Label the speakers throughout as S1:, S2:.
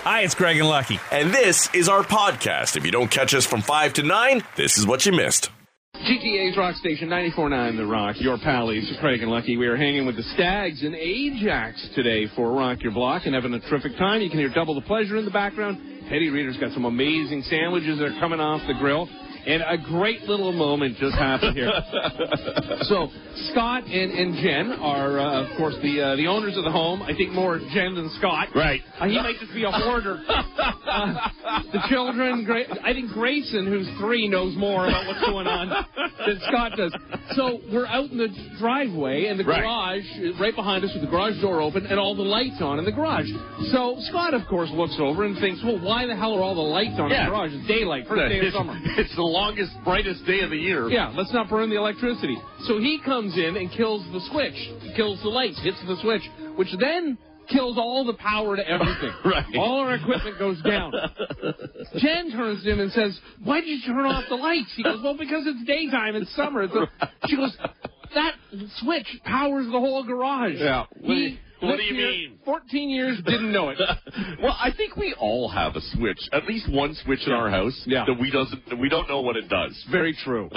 S1: Hi, it's Greg and Lucky.
S2: And this is our podcast. If you don't catch us from 5 to 9, this is what you missed.
S3: GTA's Rock Station 94.9 The Rock, your pallies, Craig and Lucky. We are hanging with the Stags in Ajax today for Rock Your Block and having a terrific time. You can hear Double the Pleasure in the background. Teddy Reader's got some amazing sandwiches that are coming off the grill. And a great little moment just happened here. so Scott and, and Jen are, uh, of course, the uh, the owners of the home. I think more Jen than Scott.
S4: Right.
S3: Uh, he might just be a hoarder. Uh, the children, Gra- I think Grayson, who's three, knows more about what's going on than Scott does. So we're out in the driveway, and the
S4: Right.
S3: garage is right behind us with the garage door open and all the lights on in the garage. So Scott, of course, looks over and thinks, well, why the hell are all the lights on in
S4: Yeah.
S3: the garage? It's daylight, first day of
S4: It's,
S3: summer.
S4: it's the longest, brightest day of the year.
S3: Yeah, let's not burn the electricity. So he comes in and kills the switch, kills the lights, hits the switch, which then kills all the power to everything.
S4: Right.
S3: All our equipment goes down. Jen turns to him and says, "Why did you turn off the lights?" He goes, "Well, because it's daytime, it's summer." It's a-" She goes, "That switch powers the whole garage."
S4: Yeah. What do you-
S3: He
S4: what do
S3: lived
S4: you
S3: here
S4: mean?
S3: Fourteen years, didn't know it.
S4: Well, I think we all have a switch, at least one switch in our house
S3: Yeah.
S4: that we doesn't that we don't know what it does.
S3: Very true.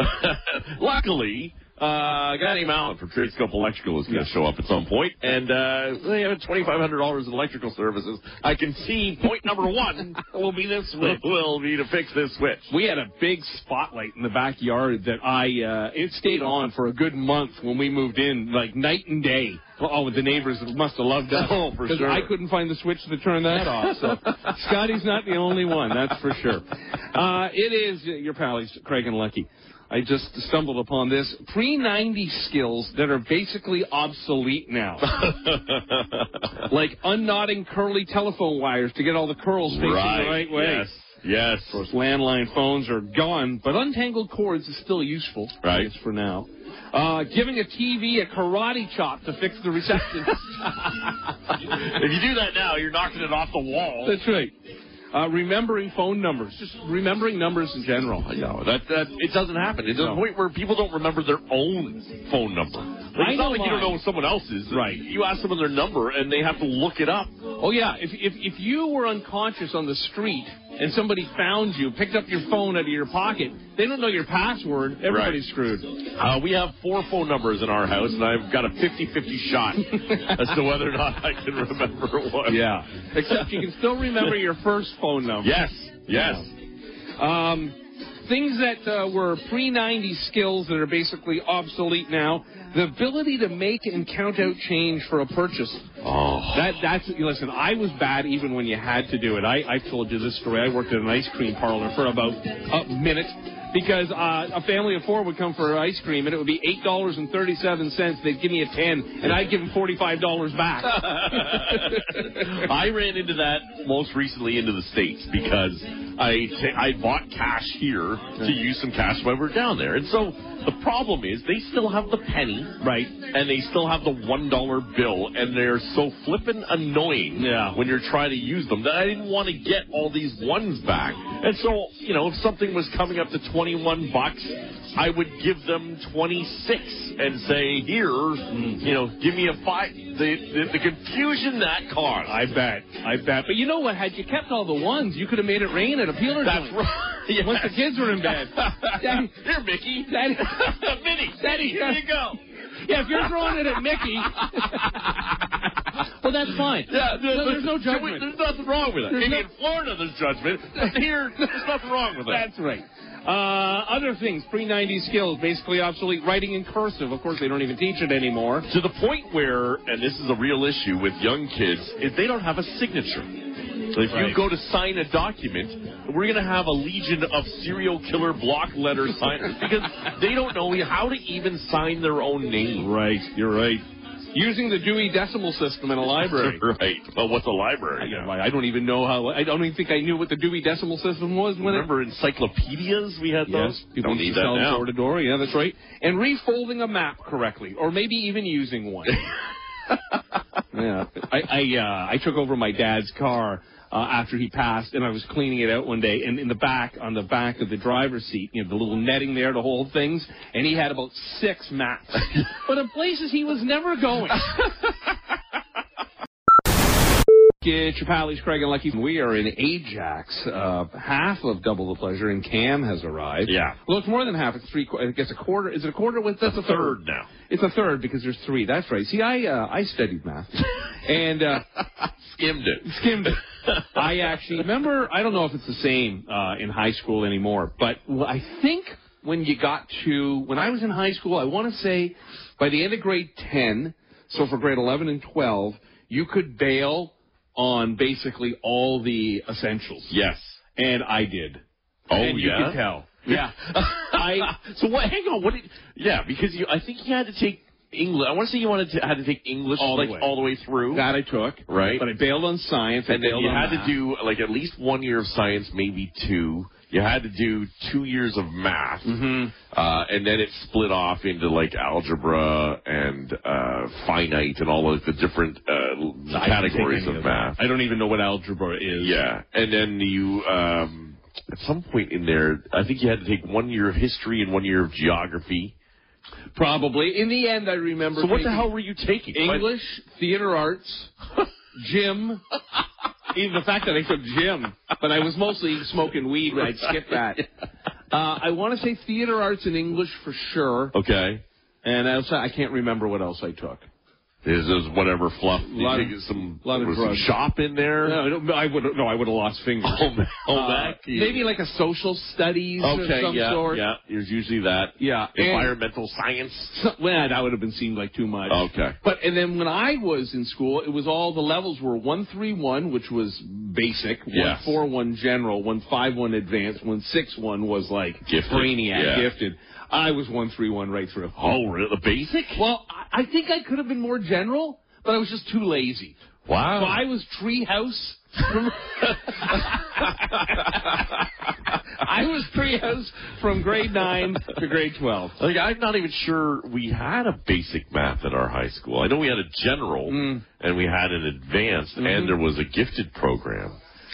S4: Luckily, uh, a guy named Alan from Tradescope Electrical is going to show up at some point, and uh, they have twenty five hundred dollars in electrical services. I can see point number one will be this switch. will be to fix this switch.
S3: We had a big spotlight in the backyard that I uh, it stayed on for a good month when we moved in, like night and day. Oh, the neighbors must have loved us.
S4: Oh, for
S3: 'Cause
S4: sure.
S3: I couldn't find the switch to turn that off. So Scotty's not the only one, that's for sure. Uh, it is uh, your pallies, Craig and Lucky. I just stumbled upon this pre 90 skills that are basically obsolete now. like unknotting curly telephone wires to get all the curls facing the right way.
S4: Yes. Yes.
S3: Of course, landline phones are gone, but untangled cords is still useful.
S4: Right.
S3: at least for now. Uh, giving a TV a karate chop to fix the reception.
S4: If you do that now, you're knocking it off the wall.
S3: That's right. Uh, remembering phone numbers, just remembering numbers in general.
S4: You know, that that it doesn't happen. It's
S3: No.
S4: a point where people don't remember their own phone number. Like,
S3: I
S4: it's
S3: know
S4: not like you don't
S3: mine.
S4: know someone else's.
S3: Right.
S4: You ask someone their number and they have to look it up.
S3: Oh yeah, if, if if you were unconscious on the street and somebody found you, picked up your phone out of your pocket, they don't know your password. Everybody's screwed.
S4: Uh, we have four phone numbers in our house, and I've got a 50-50 shot as to whether or not I can remember one.
S3: Yeah. Except you can still remember your first phone number.
S4: Yes. Yes.
S3: Um, things that uh, were pre 90s skills that are basically obsolete now. The ability to make and count out change for a purchase.
S4: Oh.
S3: That that's listen. I was bad even when you had to do it. I I told you this story. I worked at an ice cream parlor for about a minute because uh, a family of four would come for ice cream and it would be eight dollars and thirty seven cents. They'd give me a ten and I'd give them forty five dollars back.
S4: I ran into that most recently into the states because I ta- I bought cash here to use some cash when we were down there, and so the problem is they still have the penny,
S3: Right.
S4: And they still have the one dollar bill, and they're so flippin' annoying
S3: Yeah.
S4: when you're trying to use them that I didn't want to get all these ones back, and so you know if something was coming up to twenty one bucks. I would give them 26 and say, here,
S3: Mm.
S4: you know, give me a five. The, the, the confusion that caused.
S3: I bet. I bet. But you know what? Had you kept all the ones, you could have made it rain at a peeler
S4: That's
S3: joint.
S4: right. Yes.
S3: Once the kids were in bed. Daddy,
S4: Here, Mickey.
S3: Daddy,
S4: Minnie.
S3: Daddy,
S4: here you go.
S3: yeah, if you're throwing it at Mickey, well, that's fine.
S4: Yeah,
S3: no, there's no
S4: so we-
S3: judgment.
S4: There's nothing wrong with it.
S3: There's
S4: Maybe
S3: no-
S4: in Florida there's judgment. but Here, there's nothing wrong with it.
S3: That's right. Uh, other things, pre 90s skills, basically obsolete. Writing in cursive, of course, they don't even teach it anymore.
S4: To the point where, and this is a real issue with young kids, is they don't have a signature. If
S3: Right.
S4: you go to sign a document, we're going to have a legion of serial killer block letter signers because they don't know how to even sign their own name.
S3: Right, you're right. Using the Dewey Decimal System in a library.
S4: Right. Well, what's a library?
S3: Yeah, I don't even know how. I don't even think I knew what the Dewey Decimal System was when it
S4: Remember encyclopedias? We
S3: Yes,
S4: had those.
S3: people used to sell them door to door. Yeah, that's right. And refolding a map correctly, or maybe even using one. yeah, I I, uh, I took over my dad's car uh, after he passed, and I was cleaning it out one day, and in the back, on the back of the driver's seat, you know, the little netting there to hold things, and he had about six maps, but in places he was never going. Get your pallies, Craig and Lucky. We are in Ajax. Uh, half of Double the Pleasure, and Cam has arrived.
S4: Yeah.
S3: Well, it's more than half. It's three. qu- I guess a quarter. Is it a quarter? With that's a,
S4: Third now.
S3: It's a third because there's three. That's right. See, I uh, I studied math, and uh,
S4: Skimmed it.
S3: skimmed it. I actually remember. I don't know if it's the same uh, in high school anymore, but wh- I think when you got to when I was in high school, I want to say by the end of grade ten, so for grade eleven and twelve, you could bail on basically all the essentials,
S4: Yes.
S3: and I did.
S4: Oh
S3: and you
S4: yeah.
S3: could tell. Yeah, I
S4: so what? Hang on. What? Did, yeah, because you. I think you had to take English. I want to say you wanted to had to take English
S3: All the
S4: like
S3: way.
S4: all the way through.
S3: that I took
S4: Right.
S3: but I bailed on science. I
S4: and then
S3: bailed
S4: you
S3: on
S4: had
S3: math.
S4: to do like at least one year of science, maybe two. You had to do two years of math,
S3: Mm-hmm.
S4: uh, and then it split off into like algebra and uh, finite and all of the different uh,
S3: I didn't take
S4: categories
S3: any
S4: of
S3: that.
S4: math.
S3: I don't even know what algebra is.
S4: Yeah, and then you um, at some point in there, I think you had to take one year of history and one year of geography.
S3: Probably. In the end, I remember.
S4: So what the
S3: taking
S4: hell were you taking?
S3: English, theater arts, gym. Even the fact that I took gym, but I was mostly smoking weed when I'd skip that. Uh, I want to say theater arts and English for sure,
S4: Okay.
S3: and I, also, I can't remember what else I took.
S4: Is this whatever fluff? Did
S3: Lot
S4: you
S3: of-
S4: take some,
S3: lot of
S4: was some
S3: drugs.
S4: shop in there?
S3: No, I don't- I would no, I would have lost fingers.
S4: Oh, man. Oh,
S3: Uh,
S4: that key.
S3: maybe like a social studies
S4: Okay,
S3: of some
S4: yeah,
S3: sort.
S4: yeah. There's usually that.
S3: Yeah, and-
S4: Environmental science.
S3: So- well, that would have been seemed like too much.
S4: Okay.
S3: But and then when I was in school, it was all the levels were one three one, which was basic. One
S4: Yes.
S3: four one general. One five one advanced. One six one was like
S4: Gifted,
S3: brainiac
S4: yeah.
S3: gifted. I was one three one right through.
S4: Oh, really? The basic?
S3: Well, I, I think I could have been more general, but I was just too lazy.
S4: Wow.
S3: So I was treehouse. I was treehouse from grade nine to grade twelve.
S4: like, I'm not even sure we had a basic math at our high school. I know we had a general,
S3: Mm.
S4: and we had an advanced, and there was a gifted program.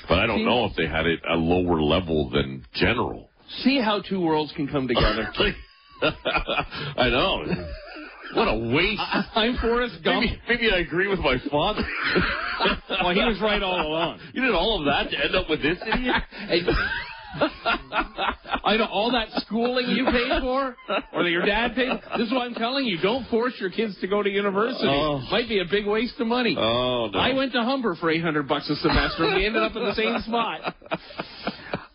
S4: But I
S3: Mm-hmm.
S4: don't
S3: See?
S4: know if they had it a lower level than general.
S3: See how two worlds can come together.
S4: Like, I know. What a waste.
S3: I'm Forrest Gump.
S4: Maybe, maybe I agree with my father.
S3: Well, he was right all along.
S4: You did all of that to end up with this idiot?
S3: I know all that schooling you paid for, or that your dad paid. This is what I'm telling you: don't force your kids to go to university.
S4: Oh.
S3: Might be a big waste of money.
S4: Oh no!
S3: I went to Humber for 800 bucks a semester, and we ended up in the same spot.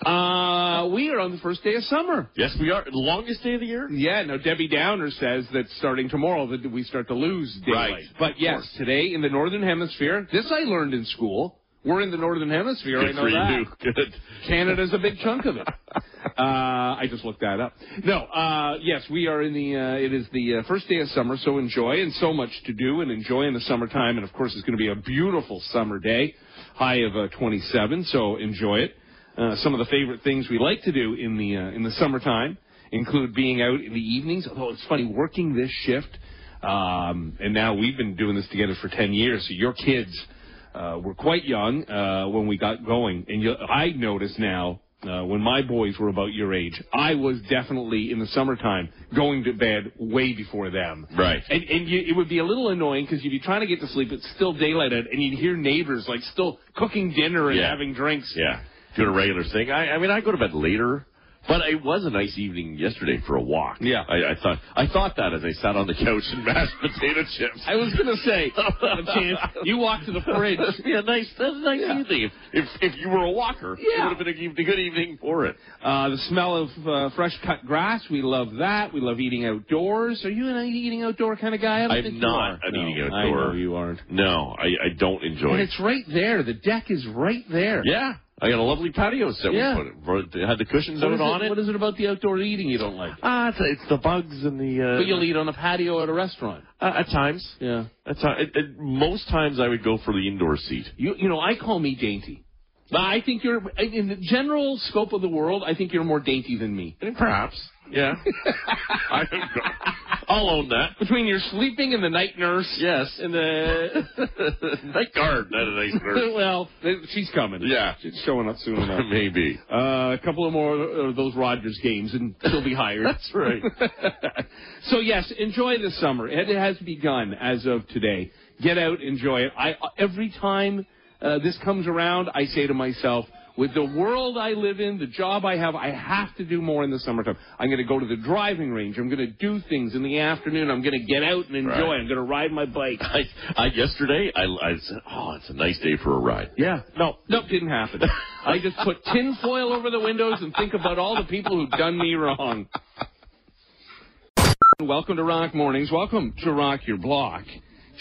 S3: Uh, we are on the first day of summer.
S4: Yes, we are. Longest day of the year.
S3: Yeah, no. Debbie Downer says that starting tomorrow that we start to lose daylight.
S4: Right.
S3: But
S4: Of
S3: yes,
S4: course.
S3: today in the northern hemisphere, this I learned in school. We're in the northern hemisphere. I
S4: Good
S3: know
S4: for
S3: that.
S4: you. Good.
S3: Canada's a big chunk of it. Uh, I just looked that up. No, uh, yes, we are in the. Uh, it is the uh, first day of summer, so enjoy and so much to do and enjoy in the summertime. And of course, it's going to be a beautiful summer day, high of uh, 27. So enjoy it. Uh, some of the favorite things we like to do in the uh, in the summertime include being out in the evenings. Although it's funny working this shift, um, and now we've been doing this together for 10 years. So your kids uh, were quite young uh, when we got going, and you, I notice now uh, when my boys were about your age, I was definitely in the summertime going to bed way before them.
S4: Right.
S3: And and you, it would be a little annoying because you'd be trying to get to sleep. It's still daylight out, and you'd hear neighbors like still cooking dinner and
S4: Yeah.
S3: having drinks.
S4: Yeah. Doing a regular thing. I, I mean, I go to bed later, but it was a nice evening yesterday for a walk.
S3: Yeah.
S4: I, I thought I thought that as I sat on the couch and mashed potato chips.
S3: I was gonna say, chance, you walk to the fridge.
S4: yeah, nice. That's a nice
S3: Yeah.
S4: evening. If if you were a walker,
S3: Yeah.
S4: it would have been a good- good evening for it.
S3: Uh, the smell of uh, fresh cut grass, we love that. We love eating outdoors. Are you an eating outdoor kind of guy? I don't
S4: I'm
S3: think
S4: not
S3: you are.
S4: an
S3: No,
S4: eating
S3: I know
S4: outdoor.
S3: you aren't.
S4: No, I, I don't enjoy
S3: And
S4: it.
S3: it's right there. The deck is right there.
S4: Yeah. I got a lovely patio set.
S3: Yeah.
S4: We put it, had the cushions
S3: What
S4: out
S3: is,
S4: on
S3: it,
S4: it.
S3: what is it about the outdoor eating you don't like?
S4: Ah, it's, it's the bugs and the. Uh,
S3: But you'll eat on a patio at a restaurant.
S4: uh, at times.
S3: Yeah.
S4: At ti- it, it, most times I would go for the indoor seat.
S3: You you know I call me dainty. But I think you're in the general scope of the world. I think you're more dainty than me.
S4: Perhaps. Yeah. I, I'll own that.
S3: Between your sleeping and the night nurse.
S4: Yes. And uh, the night guard, not a nice nurse.
S3: well, th- she's coming.
S4: Yeah.
S3: She's showing up soon enough.
S4: Maybe.
S3: Uh, a couple of more of those Rogers games, and she'll be hired.
S4: That's right.
S3: so yes, enjoy the summer. It has begun as of today. Get out, enjoy it. I every time. uh, this comes around, I say to myself, with the world I live in, the job I have, I have to do more in the summertime. I'm going to go to the driving range. I'm going to do things in the afternoon. I'm going to get out and enjoy.
S4: Right.
S3: I'm going to ride my bike.
S4: I, I yesterday I, I said, oh, it's a nice day for a ride.
S3: Yeah.
S4: No,
S3: Nope, didn't happen. I just put tinfoil over the windows and think about all the people who've done me wrong. Welcome to Rock Mornings. Welcome to Rock Your Block.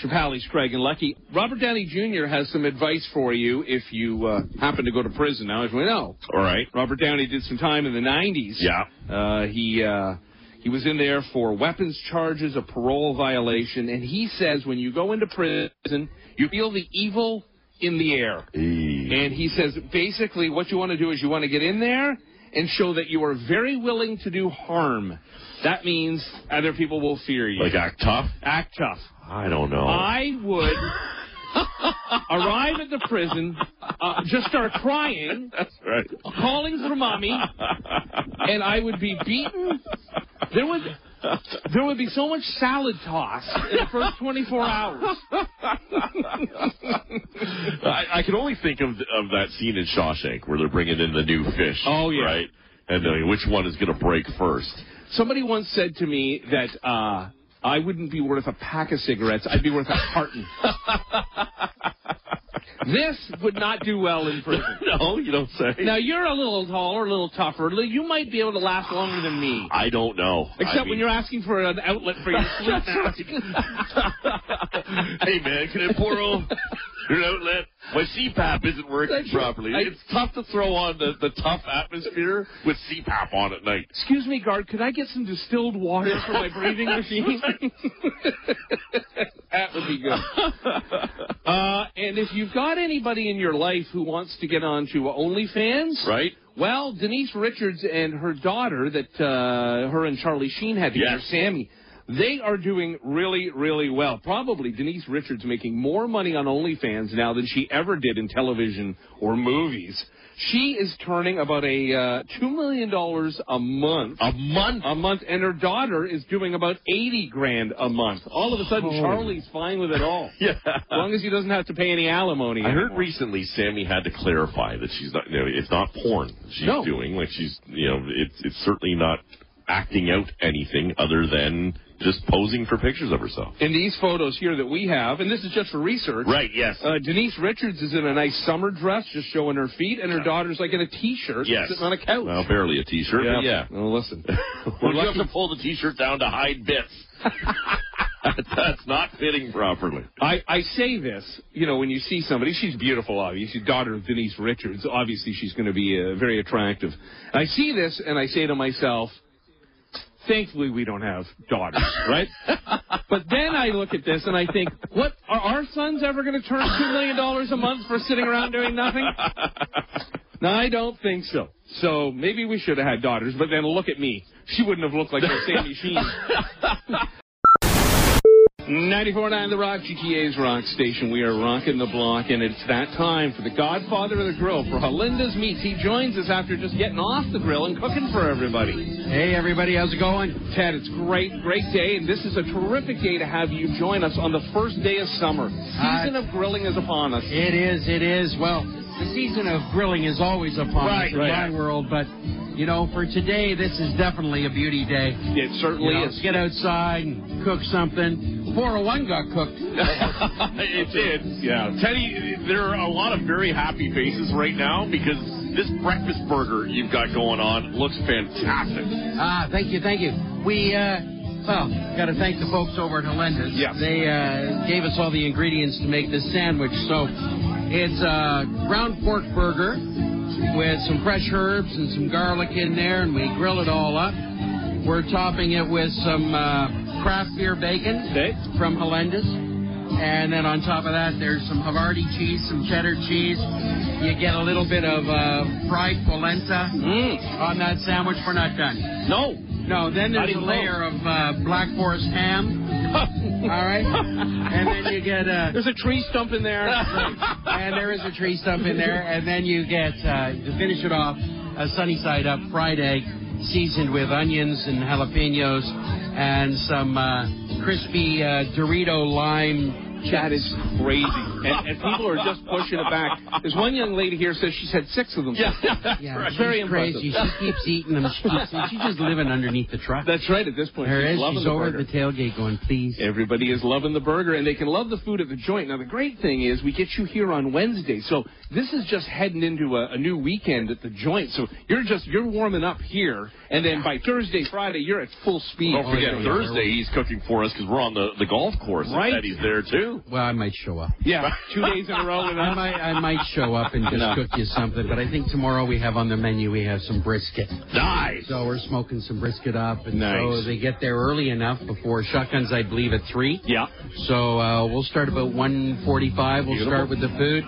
S3: Chapally's Craig and Lucky. Robert Downey Jr. has some advice for you if you uh, happen to go to prison now, as we know.
S4: all right.
S3: Robert Downey did some time in the 90s.
S4: Yeah.
S3: Uh, he uh, he was in there for weapons charges, a parole violation, and he says when you go into prison, you feel the evil in the air. And he says basically what you want to do is you want to get in there and show that you are very willing to do harm. That means other people will fear you.
S4: Like act tough.
S3: Act tough.
S4: I don't know.
S3: I would arrive at the prison, uh, just start crying,
S4: That's right.
S3: calling for mommy, and I would be beaten. There would there would be so much salad toss in the first 24 hours.
S4: I, I can only think of of that scene in Shawshank where they're bringing in the new fish.
S3: Oh, yeah.
S4: Right. And uh, which one is going to break first?
S3: Somebody once said to me that uh, I wouldn't be worth a pack of cigarettes. I'd be worth a carton. this would not do well in prison.
S4: No, you don't say.
S3: Now you're a little taller, a little tougher. You might be able to last longer than me.
S4: I don't know.
S3: Except
S4: I
S3: when
S4: mean-
S3: you're asking for an outlet for your sleep mask.
S4: hey man, can I pour on your outlet? My CPAP isn't working properly.
S3: I-
S4: it's tough to throw on the, the tough atmosphere with CPAP on at night.
S3: Excuse me, guard, could I get some distilled water for my breathing machine? that would be good. Uh, and if you've got anybody in your life who wants to get onto OnlyFans,
S4: Right?
S3: well, Denise Richards and her daughter that uh, her and Charlie Sheen had together,
S4: Yes.
S3: Sammy, they are doing really, really well. Probably Denise Richards making more money on OnlyFans now than she ever did in television or movies. She is turning about a uh, two million dollars a month.
S4: A month.
S3: A month, and her daughter is doing about eighty grand a month. All of a sudden, Charlie's fine with it all, as
S4: Yeah.
S3: long as he doesn't have to pay any alimony.
S4: I heard
S3: anymore.
S4: recently Sammy had to clarify that she's not. You know, it's not porn she's
S3: No.
S4: doing. Like she's, you know, it's it's certainly not acting out anything other than just posing for pictures of herself.
S3: in these photos here that we have, and this is just for research.
S4: Right. Yes.
S3: Uh, Denise Richards is in a nice summer dress, just showing her feet, and her daughter's like in a t-shirt,
S4: yes.
S3: sitting on a couch.
S4: Well, barely a T-shirt. but yeah.
S3: Well, listen.
S4: Well, you have to pull the T-shirt down to hide bits. That's not fitting properly.
S3: I, I say this, you know, when you see somebody, she's beautiful, obviously. She's daughter of Denise Richards. Obviously, she's going to be uh, very attractive. And I see this, and I say to myself, thankfully, we don't have daughters, right? but then I look at this, and I think, what are our sons ever going to turn two million dollars a month for sitting around doing nothing? No, I don't think so. So maybe we should have had daughters. But then look at me; she wouldn't have looked like that Sandy Sheen. 94.9 The Rock, GTA's Rock Station. We are rocking the block, and it's that time for the Godfather of the Grill for Halinda's Meats. He joins us after just getting off the grill and cooking for everybody.
S1: Hey everybody, how's it going?
S3: Ted, it's great, great day, and this is a terrific day to have you join us on the first day of summer. Season of grilling is upon us.
S1: Uh, It is, it is. Well, the season of grilling is always upon us in
S3: right.
S1: my world, but you know, for today, this is definitely a beauty day.
S3: It
S1: You
S3: certainly
S1: know,
S3: is.
S1: Get outside and cook something. 401 got cooked.
S4: it did. Yeah. Teddy, there are a lot of very happy faces right now because this breakfast burger you've got going on looks fantastic.
S1: ah, thank you, thank you. We, uh, well, got to thank the folks over at Helenda's.
S4: Yeah.
S1: They uh, gave us all the ingredients to make this sandwich. So it's a ground pork burger with some fresh herbs and some garlic in there, and we grill it all up. We're topping it with some uh, craft beer bacon.
S3: Okay.
S1: from Helenda's. And then on top of that, there's some Havarti cheese, some cheddar cheese. You get a little bit of uh, fried polenta
S3: Mm.
S1: on that sandwich. We're not done.
S3: No.
S1: No, then
S3: Not
S1: there's
S3: even
S1: a layer of uh, black forest ham. All right, and then you get uh,
S3: There's a tree stump in there.
S1: and there is a tree stump in there, and then you get uh, to finish it off a sunny side up fried egg seasoned with onions and jalapenos and some uh, crispy uh, Dorito lime
S3: that is crazy. and, and people are just pushing it back. There's one young lady here says she's had six of them.
S4: Yeah,
S1: Yeah,
S4: right.
S1: she's
S3: Very
S1: crazy.
S3: impressive.
S1: She keeps eating them. She keeps, she's just living underneath the truck.
S3: That's right. At this point,
S1: There
S3: she's
S1: is.
S3: loving
S1: She's
S3: the
S1: over
S3: burger.
S1: at the tailgate going, please.
S3: Everybody is loving the burger, and they can love the food at the joint. Now, the great thing is we get you here on Wednesday, so this is just heading into a, a new weekend at the joint. So you're just you're warming up here, and then by Thursday, Friday, you're at full speed.
S4: Don't forget
S1: yeah, yeah.
S4: Thursday he's cooking for us because we're on the, the golf course. and
S3: Right.
S4: Eddie's there too.
S1: Well, I might show up.
S3: Yeah, two days in a row. And
S1: I might, I might show up and just
S3: No.
S1: cook you something, but I think tomorrow we have on the menu we have some brisket.
S4: Nice.
S1: So we're smoking some brisket up, and
S3: Nice.
S1: so they get there early enough before shotguns, I believe, at three.
S3: yeah.
S1: So uh, we'll start about 1:45. We'll
S4: Beautiful.
S1: start with the food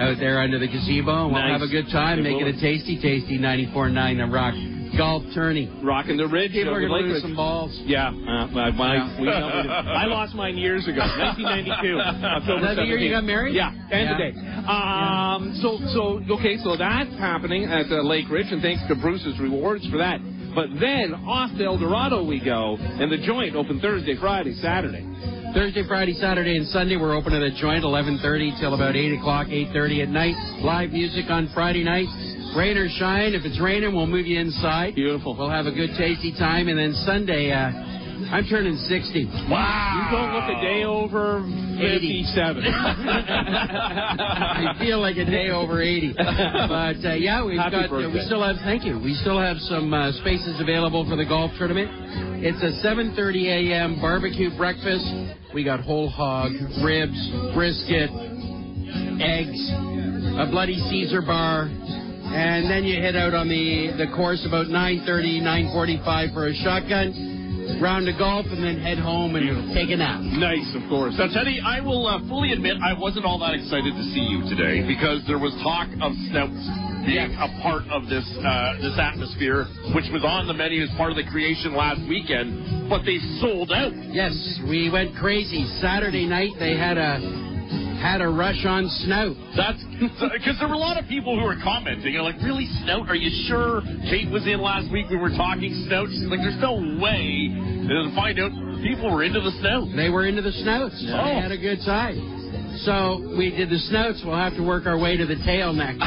S1: out there under the gazebo. We'll
S3: Nice.
S1: have a good time,
S3: It
S1: make
S3: will.
S1: it a tasty, tasty 94.9 The Rock golf tourney.
S3: Rocking the ridge.
S1: People
S3: over
S1: are going to
S3: Lakewood.
S1: lose some balls.
S3: Yeah, uh, my, my, we know- I lost mine years ago, 1992. October
S1: Is that the year you
S3: 17th.
S1: got married?
S3: Yeah, and
S1: Yeah.
S3: the day. Um, so, so okay, so that's happening at uh, Lake Ridge, and thanks to Bruce's rewards for that. But then off to El Dorado we go, and the joint open Thursday, Friday, Saturday.
S1: Thursday, Friday, Saturday, and Sunday we're open at a joint 11:30 till about 8 o'clock, 8:30 at night. Live music on Friday night. Rain or shine, if it's raining, we'll move you inside.
S3: Beautiful.
S1: We'll have a good tasty time, and then Sunday, uh, I'm turning 60.
S3: You don't look a day over 57.
S1: I feel like a day over 80. But uh, yeah, we've
S3: Happy
S1: got uh, we
S3: birthday.
S1: still have thank you. We still have some uh, spaces available for the golf tournament. It's a 7:30 a.m. barbecue breakfast. We got whole hog, ribs, brisket, eggs, a bloody Caesar bar. And then you head out on the, the course about 9.30, 9.45 for a shotgun, round to golf, and then head home and take a nap.
S3: nice, of course.
S4: Now, Teddy, I will uh, fully admit I wasn't all that excited to see you today because there was talk of Snouts being a part of this uh, this atmosphere, which was on the menu as part of the creation last weekend, but they sold out.
S1: Yes, we went crazy. Saturday night they had a had a rush on snout.
S4: That's because there were a lot of people who were commenting. You're like, really, Snout? Are you sure? Kate was in last week. We were talking Snout. She's like, there's no way. And then find out people were into the Snout.
S1: They were into the snouts. They
S4: Oh.
S1: had a good time. So we did the snouts. We'll have to work our way to the tail next.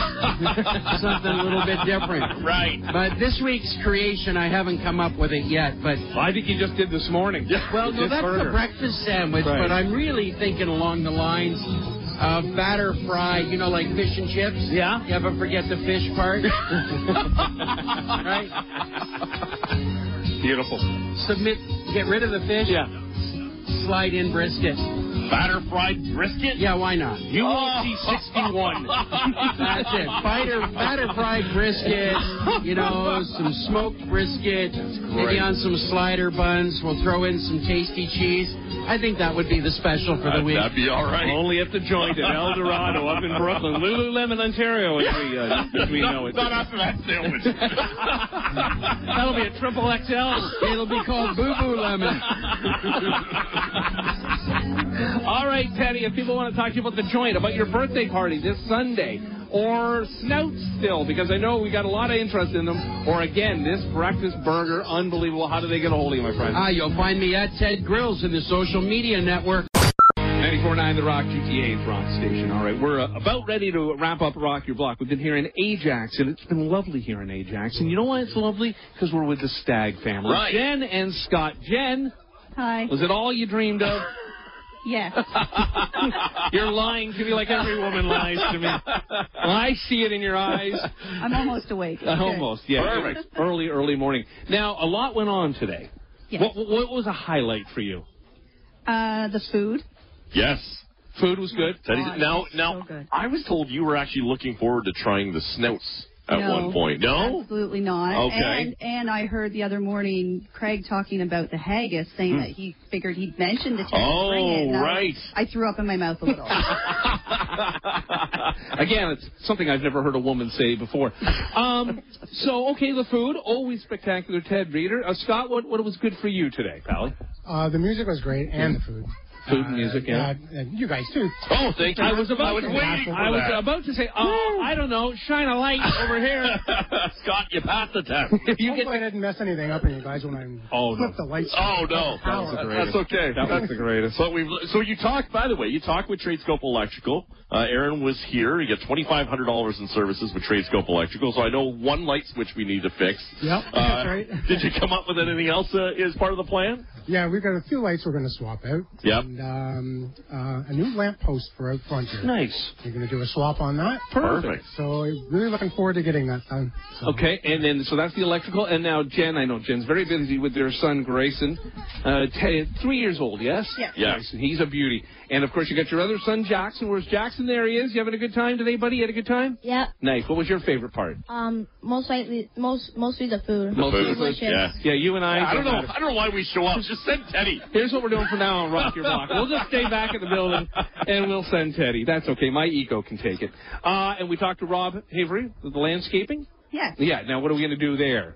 S1: Something a little bit different.
S4: Right.
S1: But this week's creation, I haven't come up with it yet. But
S3: I think you just did this morning.
S1: well, no,
S3: This
S1: that's
S3: burger.
S1: the breakfast sandwich.
S3: Right.
S1: But I'm really thinking along the lines of batter fry. You know, like fish and chips.
S3: Yeah.
S1: Yeah, but forget the fish part. right.
S3: Beautiful.
S1: submit, get rid of the fish,
S3: Yeah.
S1: slide in brisket.
S4: Batter fried brisket.
S1: Yeah, why not?
S3: You
S1: Oh.
S3: won't see 61.
S1: That's it. Fighter, batter fried brisket, you know, some smoked brisket, maybe on some slider buns. We'll throw in some tasty cheese. I think that would be the special for the week.
S4: That'd be all right.
S3: Only at the joint at El Dorado up in Brooklyn, Lululemon, Ontario, as we, uh, as we know it.
S4: Not after that sandwich.
S3: That'll be a triple XL.
S1: It'll be called Boo Boo Lemon.
S3: All right, Teddy, if people want to talk to you about the joint, about your birthday party this Sunday, or snout still, because I know we got a lot of interest in them, or again, this breakfast burger, unbelievable. How do they get a hold of you, my friend?
S1: Ah, you'll find me at Ted Grills in the social media network.
S3: 94.9 The Rock, GTA's Rock Station. All right, we're uh, about ready to wrap up Rock Your Block. We've been here in Ajax, and it's been lovely here in Ajax. And you know why it's lovely? Because we're with the Stag family.
S4: Right.
S3: Jen and Scott. Jen,
S5: Hi.
S3: was it all you dreamed of?
S5: Yes.
S3: You're lying to me like every woman lies to me. I see it in your eyes.
S5: I'm almost awake. It's good.
S3: Almost, yeah.
S4: Perfect.
S3: Early, early morning. Now, a lot went on today.
S5: Yes.
S3: What, what was a highlight for you?
S5: Uh, the food.
S4: yes.
S3: Food was good.
S4: Teddy,
S5: God,
S4: now,
S5: it's
S4: now,
S5: so good.
S4: I was told you were actually looking forward to trying the snouts at
S5: No.
S4: one point. No?
S5: Absolutely not.
S4: Okay.
S5: And, and I heard the other morning Craig talking about the haggis, saying that he figured he'd mentioned the taste.
S4: Hmm. Oh,
S5: bring it, and I-
S4: right.
S5: I threw up in my mouth a little.
S3: Again, it's something I've never heard a woman say before. Um, so, okay, the food, always spectacular. Ted Reader. Uh, Scott, what, what was good for you today, Pally?
S6: Uh, the music was great and the food.
S3: Food and music, yeah.
S6: Uh, and you guys too.
S4: Oh, thank you.
S7: I was about
S4: I was
S7: to,
S4: waiting for
S7: I was
S4: that.
S7: about to say,
S3: uh,
S7: oh, I don't know, shine a light over here.
S4: Scott, you passed the test.
S7: If you get
S6: Hopefully I didn't mess anything up on you guys when I
S3: Oh, no.
S6: flipped the lights.
S4: Oh no,
S6: That was the
S4: that's
S3: greatest.
S4: okay.
S3: That was the greatest.
S4: So we so you talked. By the way, you talked with Tradescope Electrical. Uh, Aaron was here. You get twenty five hundred dollars in services with Tradescope Electrical. So I know one light switch we need to fix.
S6: Yep,
S4: Uh,
S6: that's right.
S4: did you come up with anything else uh, as part of the plan?
S6: Yeah, we've got a few lights we're going to swap out.
S4: Yep.
S6: And um, uh, a new lamp post for out front here.
S4: Nice.
S6: We're going to do a swap on that.
S4: Perfect.
S6: So really looking forward to getting that done. So,
S3: Okay, and then so that's the electrical, and now Jen. I know Jen's very busy with their son Grayson, uh, te- three years old. Yes.
S5: Yes.
S4: Yes.
S3: Grayson, he's a beauty, and of course you got your other son Jackson. Where's Jackson? There he is. You having a good time today, buddy? You had a good time?
S8: Yeah.
S3: Nice. What was your favorite part?
S8: Um. Most likely, most mostly the food.
S3: Mostly
S4: food,
S8: Delicious.
S4: yeah.
S3: Yeah, you and I.
S4: I don't know. I don't know why we show up. Just send Teddy.
S3: Here's what we're doing from now on, Rock Your Block. We'll just stay back at the building, and we'll send Teddy. That's okay. My ego can take it. Uh, and we talked to Rob Havery, the landscaping.
S5: Yes,
S3: Yeah. Now, what are we going to do there?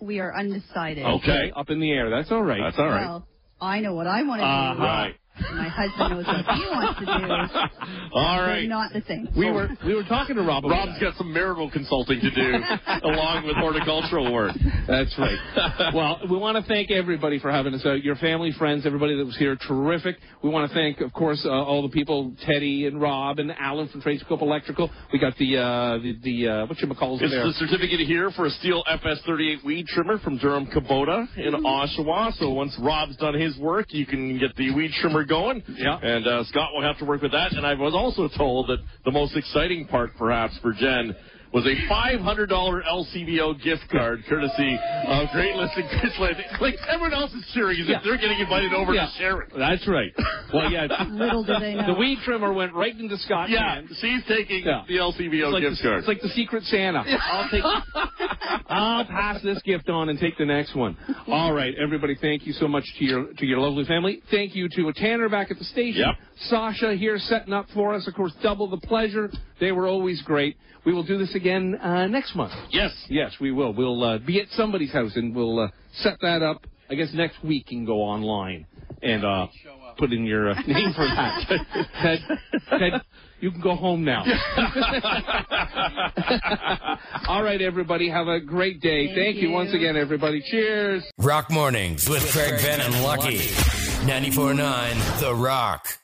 S5: we are undecided.
S4: Okay,
S3: Up in the air. That's all right.
S4: that's all right.
S5: Well, I know what I want to do.
S4: Ah, right.
S5: and My husband knows what he wants to do.
S4: All
S5: They're
S4: right.
S5: not the same.
S3: We were we were talking to Rob. About
S4: Rob's got some marital consulting to do along with horticultural work.
S3: That's right. well, we want to thank everybody for having us out. Your family, friends, everybody that was here, terrific. We want to thank, of course, uh, all the people, Teddy and Rob and Alan from Tradescope Electrical. We got the uh, the, the uh, what you call
S4: It's
S3: there.
S4: the certificate here for a steel FS38 weed trimmer from Durham Kubota in
S3: Mm-hmm.
S4: Oshawa. So once Rob's done his work, you can get the weed trimmer going.
S3: Yeah.
S4: And uh, Scott will have to work with that. And I was also told that the most exciting part, perhaps, for Jen was a $500 LCBO gift card courtesy of Great Listen Chrisland. Like everyone else is cheering as
S3: Yeah.
S4: if they're getting invited over
S3: Yeah.
S4: to share it.
S3: That's right. Well, yeah.
S5: Little do they know.
S3: the weed trimmer went right into Scott's
S4: Yeah,
S3: hand.
S4: she's taking
S3: Yeah.
S4: the LCBO
S3: It's like,
S4: gift
S3: the,
S4: card.
S3: it's like the secret Santa. I'll take. I'll pass this gift on and take the next one. All right, everybody. Thank you so much to your to your lovely family. Thank you to Tanner back at the station.
S4: Yep.
S3: Sasha here setting up for us. Of course, double the pleasure. They were always great. We will do this again uh, next month.
S4: yes.
S3: Yes, we will. We'll uh, be at somebody's house and we'll uh, set that up. I guess next week and go online and uh, put in your uh, name for that. Ted, Ted, you can go home now. All right, everybody, have a great day. Thank, you.
S5: you.
S3: once again, everybody. Cheers.
S9: Rock Mornings with Craig Venn and Lucky. 94.9 The Rock.